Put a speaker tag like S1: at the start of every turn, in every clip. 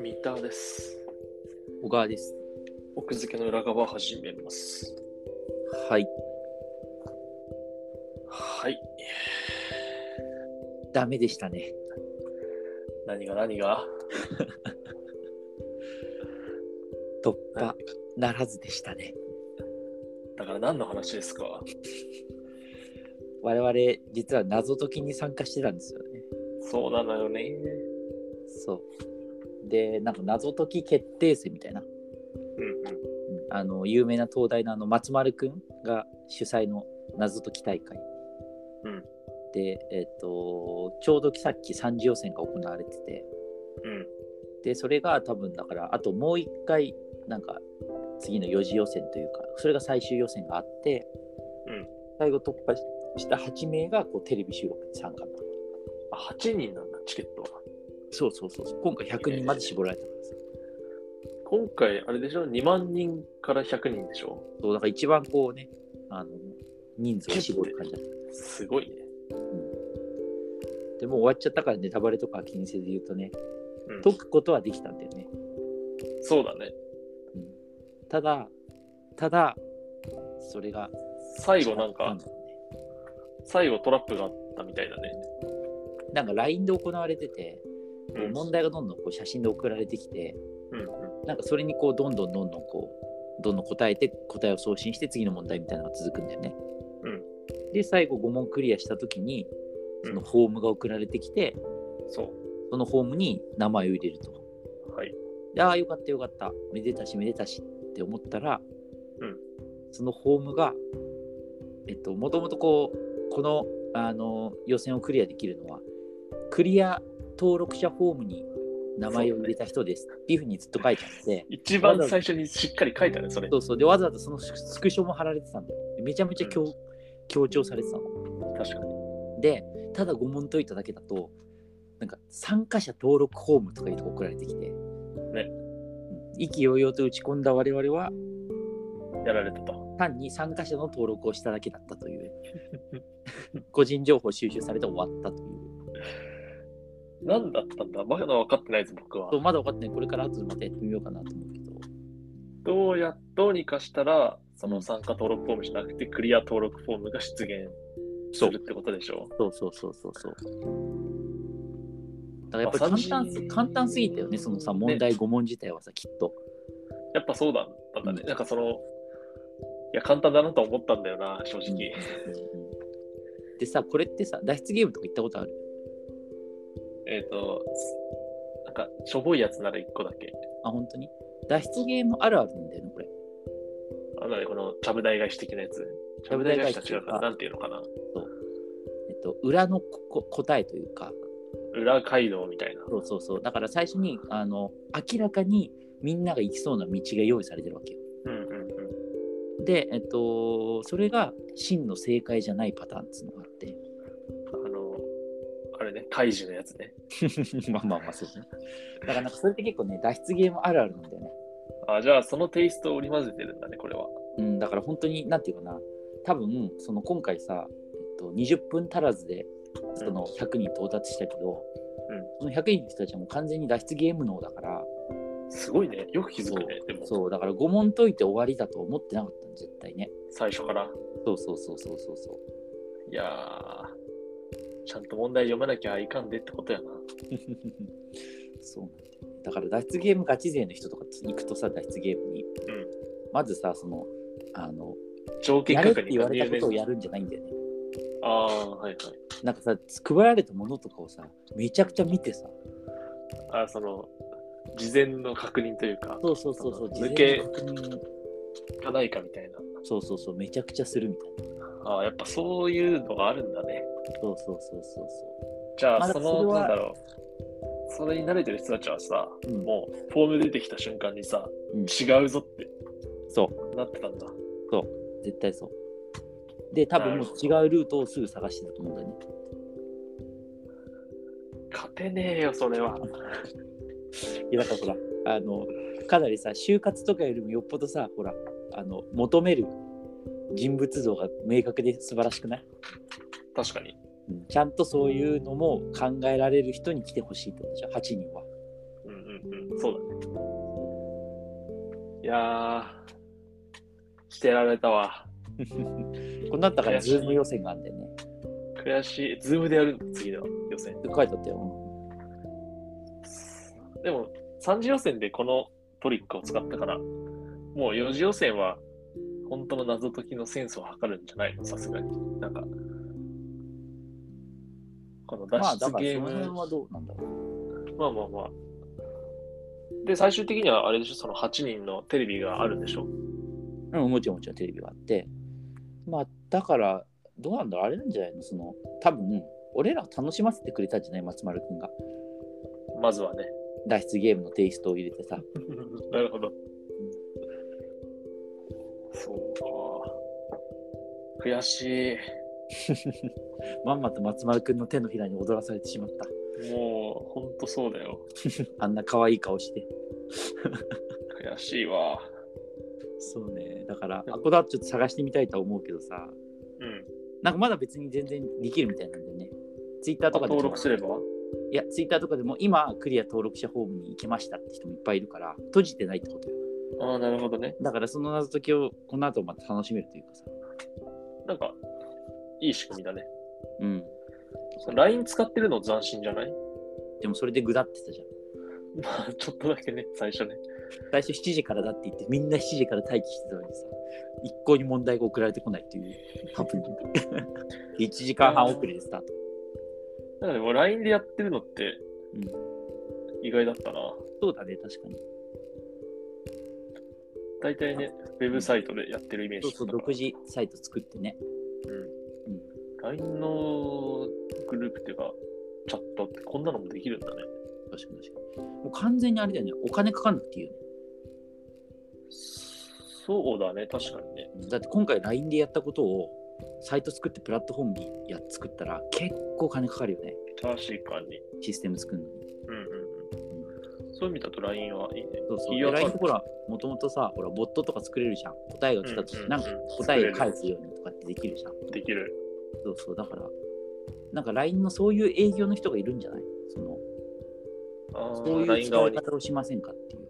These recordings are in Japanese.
S1: 三田です。
S2: 小川です。
S1: 奥付けの裏側始めます。
S2: はい。
S1: はい。
S2: ダメでしたね。
S1: 何が何が
S2: 突
S1: は
S2: 破ならずでしたね。
S1: だから何の話ですか
S2: 我々、実は謎解きに参加してたんですよね。
S1: そうなのよね。
S2: そう。で、なんか謎解き決定戦みたいな。
S1: うんうん。
S2: うんあの、有名な東大のあの松丸くんが主催の謎解き大会。
S1: うん
S2: で、えっ、と、ちょうどさっき三次予選が行われてて、
S1: うん。
S2: で、それが多分だから、あともう一回、なんか、次の4次予選というか、それが最終予選があって、
S1: うん
S2: 最後突破しした8名がこうテレビ収録に参加
S1: あ、8人なんだ、チケットは。
S2: そうそうそうそう。今回100人まで絞られたんですよ。
S1: 今回、あれでしょ ?2 万人から100人でしょ
S2: そう、だから一番こうね、あの、人数を絞る感じだった。
S1: すごいね。
S2: でもう終わっちゃったからネタバレとかは気にせず言うとね、
S1: うん、
S2: 解くことはできたんだよね。
S1: そうだね。
S2: うん、ただ、ただ、それが。
S1: 最後なんか
S2: だ、よね
S1: 最後トラップがあったみたいだね。
S2: なんか LINE で行われてて、こう
S1: うん。
S2: 問題がどんどんこう写真で送られてきて、
S1: うんうん
S2: なんかそれにこうどんどんどんどんこうどんどん答えて答えを送信して次の問題みたいなのが続くんだよね。で最後5問クリアした時に
S1: うん
S2: そのフォームが送られてきて、
S1: そ
S2: そのフォームに名前を入れると。
S1: う。はい。
S2: でああよかったよかっためでたしめでたしって思ったら、
S1: うん
S2: そのフォームがえっともともとこうこのあの予選をクリアできるのはクリア登録者フォームに名前を入れた人ですっていうふうにずっと書いてあって。
S1: 一番最初にしっかり書いたね、それ
S2: そ。うそう。で、わざわざそのスクショも貼られてたんだよ。めちゃめちゃ強,、強調されてたの。
S1: 確かに。
S2: で、ただ5問解いただけだと、なんか参加者登録ホームとかいうとこ送られてきて、うん意気揚々と打ち込んだ我々は、
S1: やられたと。
S2: 単に参加者の登録をしただけだったという、個人情報収集されて終わったという。
S1: 何だったんだまだ分かってないです、僕は
S2: そう。まだ分かってない、これから後でまたやってみようかなと思うけど、
S1: どうや、どうにかしたら、そうの
S2: ん
S1: 参加登録フォームじゃなくて、クリア登録フォームが出現す
S2: そう
S1: るってことでしょ
S2: そうそうそうそうそう。だからやっぱ
S1: まあ
S2: り簡単す
S1: 三次
S2: 簡単すぎたよね、そのさ、問題5問自体はさ、きっと。
S1: やっぱそうだったんだね。
S2: うん
S1: なんかその、いや、簡単だなと思ったんだよな、正直。
S2: でさこれってさ脱出ゲームとか行ったことある
S1: えっと、なんか、しょぼいやつなら1個だけ。
S2: あ本当に脱出ゲームあるあるなんだよねこれ
S1: あのね、この、ちゃぶ台返し的なやつ。ち
S2: ち
S1: ゃ
S2: ゃ
S1: ぶ
S2: ぶ
S1: 台
S2: 台
S1: 返
S2: 返
S1: し
S2: し
S1: と違うから、
S2: あ
S1: なんていうのかな。
S2: えっと裏のこ答えというか
S1: 裏街道みたいな。
S2: そうそうそうだから最初にあの明らかにみんなが行きそうな道が用意されてるわけよ
S1: うんうんうん。
S2: でえっとそれが真の正解じゃないパターンっていうのがあって
S1: あの、あれね、開示のやつね。
S2: まあまあまあそうですねだからなんかそれって結構ね脱出ゲームあるあるなんだよね
S1: あ、じゃあ、そのテイストを織り交ぜてるんだね、これは。
S2: うん、だから本当になんていうかな多分その今回さ、えっと、20分足らずでその100人到達したけど、
S1: うん
S2: その100人の人たちはもう完全に脱出ゲーム能だから
S1: すごいね。よく気づ
S2: そう
S1: くね、でも、
S2: そうだから5問解いて終わりだと思ってなかったの絶対ね
S1: 最初から。
S2: そうそうそうそうそうそう
S1: いやー、ちゃんと問題読まなきゃいかんでってことやな。
S2: そうなんだよねだから脱出ゲームガチ勢の人とか行くとさ脱出ゲームに、
S1: ん
S2: まずさそのあの
S1: 条件
S2: やれっ
S1: 確
S2: て
S1: 認
S2: 言われた
S1: 入
S2: ことを
S1: 念
S2: やるんじゃないんだよね
S1: ああ、はいはい。
S2: なんかさ配られたものとかをさめちゃくちゃ見てさ
S1: あーその、事前の確認というか、
S2: そうそうそうそう
S1: あの
S2: 事前
S1: 抜け
S2: の確認を
S1: 課題かみたいな。
S2: そうそうそう、めちゃくちゃするみたいな。
S1: ああ、やっぱそういうのがあるんだね。
S2: そうそうそうそうそ
S1: じゃ
S2: ま
S1: あ、
S2: だ
S1: そ
S2: そ
S1: の、
S2: れは
S1: なんだろう。それに慣れてる人たちはさ、
S2: う。うん、
S1: もう、フォーム出てきた瞬間にさ、
S2: うん
S1: 違うぞって
S2: そう、
S1: なってたんだ。
S2: 絶対そう。で、多分もう違うルートをすぐ探してたと思うんだよね。
S1: 勝てねえよ、それは。
S2: いや、だからほら、あの、かなりさ、就活とかよりもよっぽどさ、ほら、あの、求める人物像が明確で素晴らしくない
S1: 確かに。
S2: うんちゃんとそういうのも考えられる人に来てほしいってことでしょ、8人は。
S1: うんうんうん、そうだね。いやー、してられたわ。
S2: こんなんだから、ズーム予選があんだよね。
S1: 悔しい。ズームでやるんだ、次の予選。
S2: 書いとったよ。
S1: でも、3次予選でこのトリックを使ったから、もう4次予選は、本当の謎解きのセンスを測るんじゃないのさすがに。なんか、この
S2: まあ、
S1: 脱
S2: だ
S1: 出ゲ
S2: からそ
S1: ーム、
S2: の辺はどうなんだろう。
S1: まあまあまあ。で、最終的にはあれでしょ、その8人のテレビがあるんでしょ。
S2: うん、もちろんもちろんテレビがあって。まあ、だから、どうなんだろう、あれなんじゃないのその、多分、俺らを楽しませてくれたんじゃない松丸くんが。
S1: まずはね。
S2: 脱出ゲームのテイストを入れてさ。
S1: なるほど。そうか。悔し
S2: まんまと松丸くんの手のひらに踊らされてしまった。
S1: い。もう、ほんとそうだよ。
S2: あんな可愛い顔して。
S1: 悔しいわ。
S2: そうね。だから、あ、こだわちょっと探してみたいとは思うけどさ。
S1: うん。
S2: なんかまだ別に全然できるみたいなんだよね。ツイッターとかでも
S1: 登録すれば
S2: いや、ツイッターとかでも今、クリア登録者ホームに行きましたって人もいっぱいいるから、閉じてないってことよ。
S1: ああ、なるほどね。
S2: だからその謎解きをこの後また楽しめるというかさ。
S1: なんか、いい仕組みだね。
S2: うん。
S1: その LINE 使ってるの斬新じゃない
S2: でもそれでグダってたじゃん。
S1: まあ、ちょっとだけね、最初ね。
S2: 最初7時からだって言って、みんな7時から待機してたのにさ、一向に問題が送られてこないっていうハプニング。1 時間半遅れでスタート。
S1: だからでも LINE でやってるのって
S2: うん、
S1: 意外だったな。
S2: そうだね、確かに。
S1: 大体ね、ウェブサイトでやってるイメー
S2: そう
S1: ジ
S2: そう、
S1: だから
S2: 独自サイト作ってね。
S1: うん LINE のグループっていうか、チャットってこんなのもできるんだね。
S2: 確かに確かに。もう完全にあれだよね、お金かかんなくていいよね。
S1: そうだね、確かにね。
S2: だって今回 LINE でやったことをサイト作ってプラットフォームにやっ作ったら結構金かかるよね
S1: 確かに。
S2: システム作るのに
S1: うんうんうん。そういう意味だと LINE はいいね。
S2: そうそう
S1: い
S2: で
S1: や
S2: LINE ってほらもともとさほらボットとか作れるじゃん答えが来た
S1: うん
S2: と
S1: うんうん
S2: なんか答えを返すようにとかってできるじゃん
S1: できる。
S2: そうそうだからなんか LINE のそういう営業の人がいるんじゃないその
S1: あ
S2: そ
S1: あ
S2: う
S1: ー、
S2: いう
S1: LINE
S2: 使
S1: 側
S2: い
S1: に。
S2: 方をしませんかっていう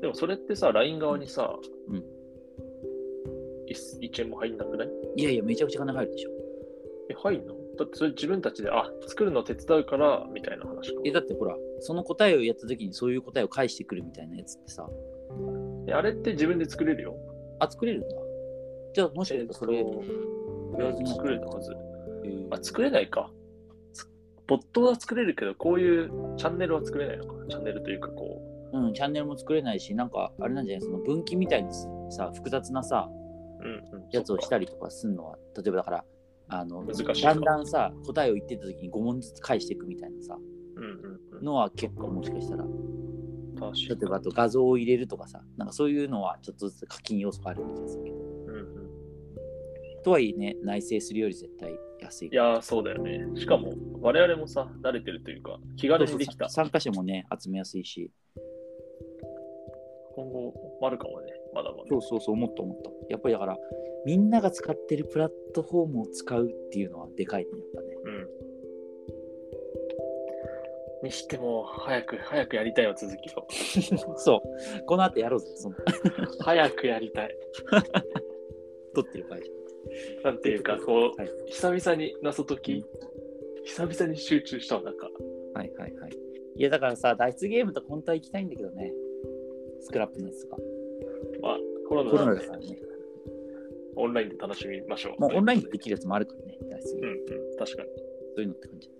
S1: でもそれってさ、LINE 側にさ、
S2: うん
S1: い1円も入んなくない
S2: いやいやめちゃくちゃ金入るでしょ
S1: え、入んのだってそれ自分たちで、あ、作るの手伝うから、みたいな話か。
S2: えだってほらその答えをやった時にそういう答えを返してくるみたいなやつってさ
S1: えあれって自分で作れるよ。
S2: あ作れるんだじゃあもしかしたらそれ、
S1: えーと作れるはず。
S2: えー
S1: あ、作れないか。つボットは作れるけど、こういうチャンネルは作れないのか。チャンネルというか、こ
S2: うん、チャンネルも作れないし、なんか、あれなんじゃないその分岐みたいにさ、複雑なさ、
S1: う、うんうん、
S2: やつをした
S1: り。
S2: りとかするのは、例えばだから、あの、
S1: 難しいか
S2: だんだんさ、答えを言ってた時に5問ずつ返していくみたいなさ、
S1: うんうんうん、
S2: のは結構もしかしたら、例
S1: 確
S2: えば
S1: か
S2: あと画像を入れるとかさ、なんかそういうのはちょっとずつ課金要素があるような気がするけど。
S1: に。うんうん、
S2: とはいえね、内製するより絶対安い。
S1: いやー、そうだよね。しかも、我々もさ、慣れてるというか、気軽にできた。
S2: 参加者もね、集めやすいし、
S1: 今後、あるかもね。まだまだ。
S2: そうそうそう、思った思った。やっぱりだから、みんなが使ってるプラットフォームを使うっていうのはでかいね、やっぱね。
S1: うん。にしても、早く、早くやりたいよ、続 きを。
S2: そう。この後やろうぜ。その
S1: 早くやりたい。
S2: 撮ってる場合じ
S1: なんていうか、こう、
S2: ゃん。はい
S1: 久々に謎解き、
S2: うん
S1: 久々に集中したわ、なんか。
S2: はいはいはい。いやだからさ、脱出ゲームとか本当は行きたいんだけどね。スクラップのやつとか。
S1: まあ、コロ
S2: コ
S1: ナな
S2: ロナ
S1: ん
S2: だ
S1: で
S2: からね。
S1: オンラインで楽しみましょう。
S2: まあオンラインでできるやつもあるからね。脱出
S1: う
S2: ゲ
S1: ん
S2: ー
S1: う
S2: ム。
S1: ん、確かに。
S2: そういうのって感じ。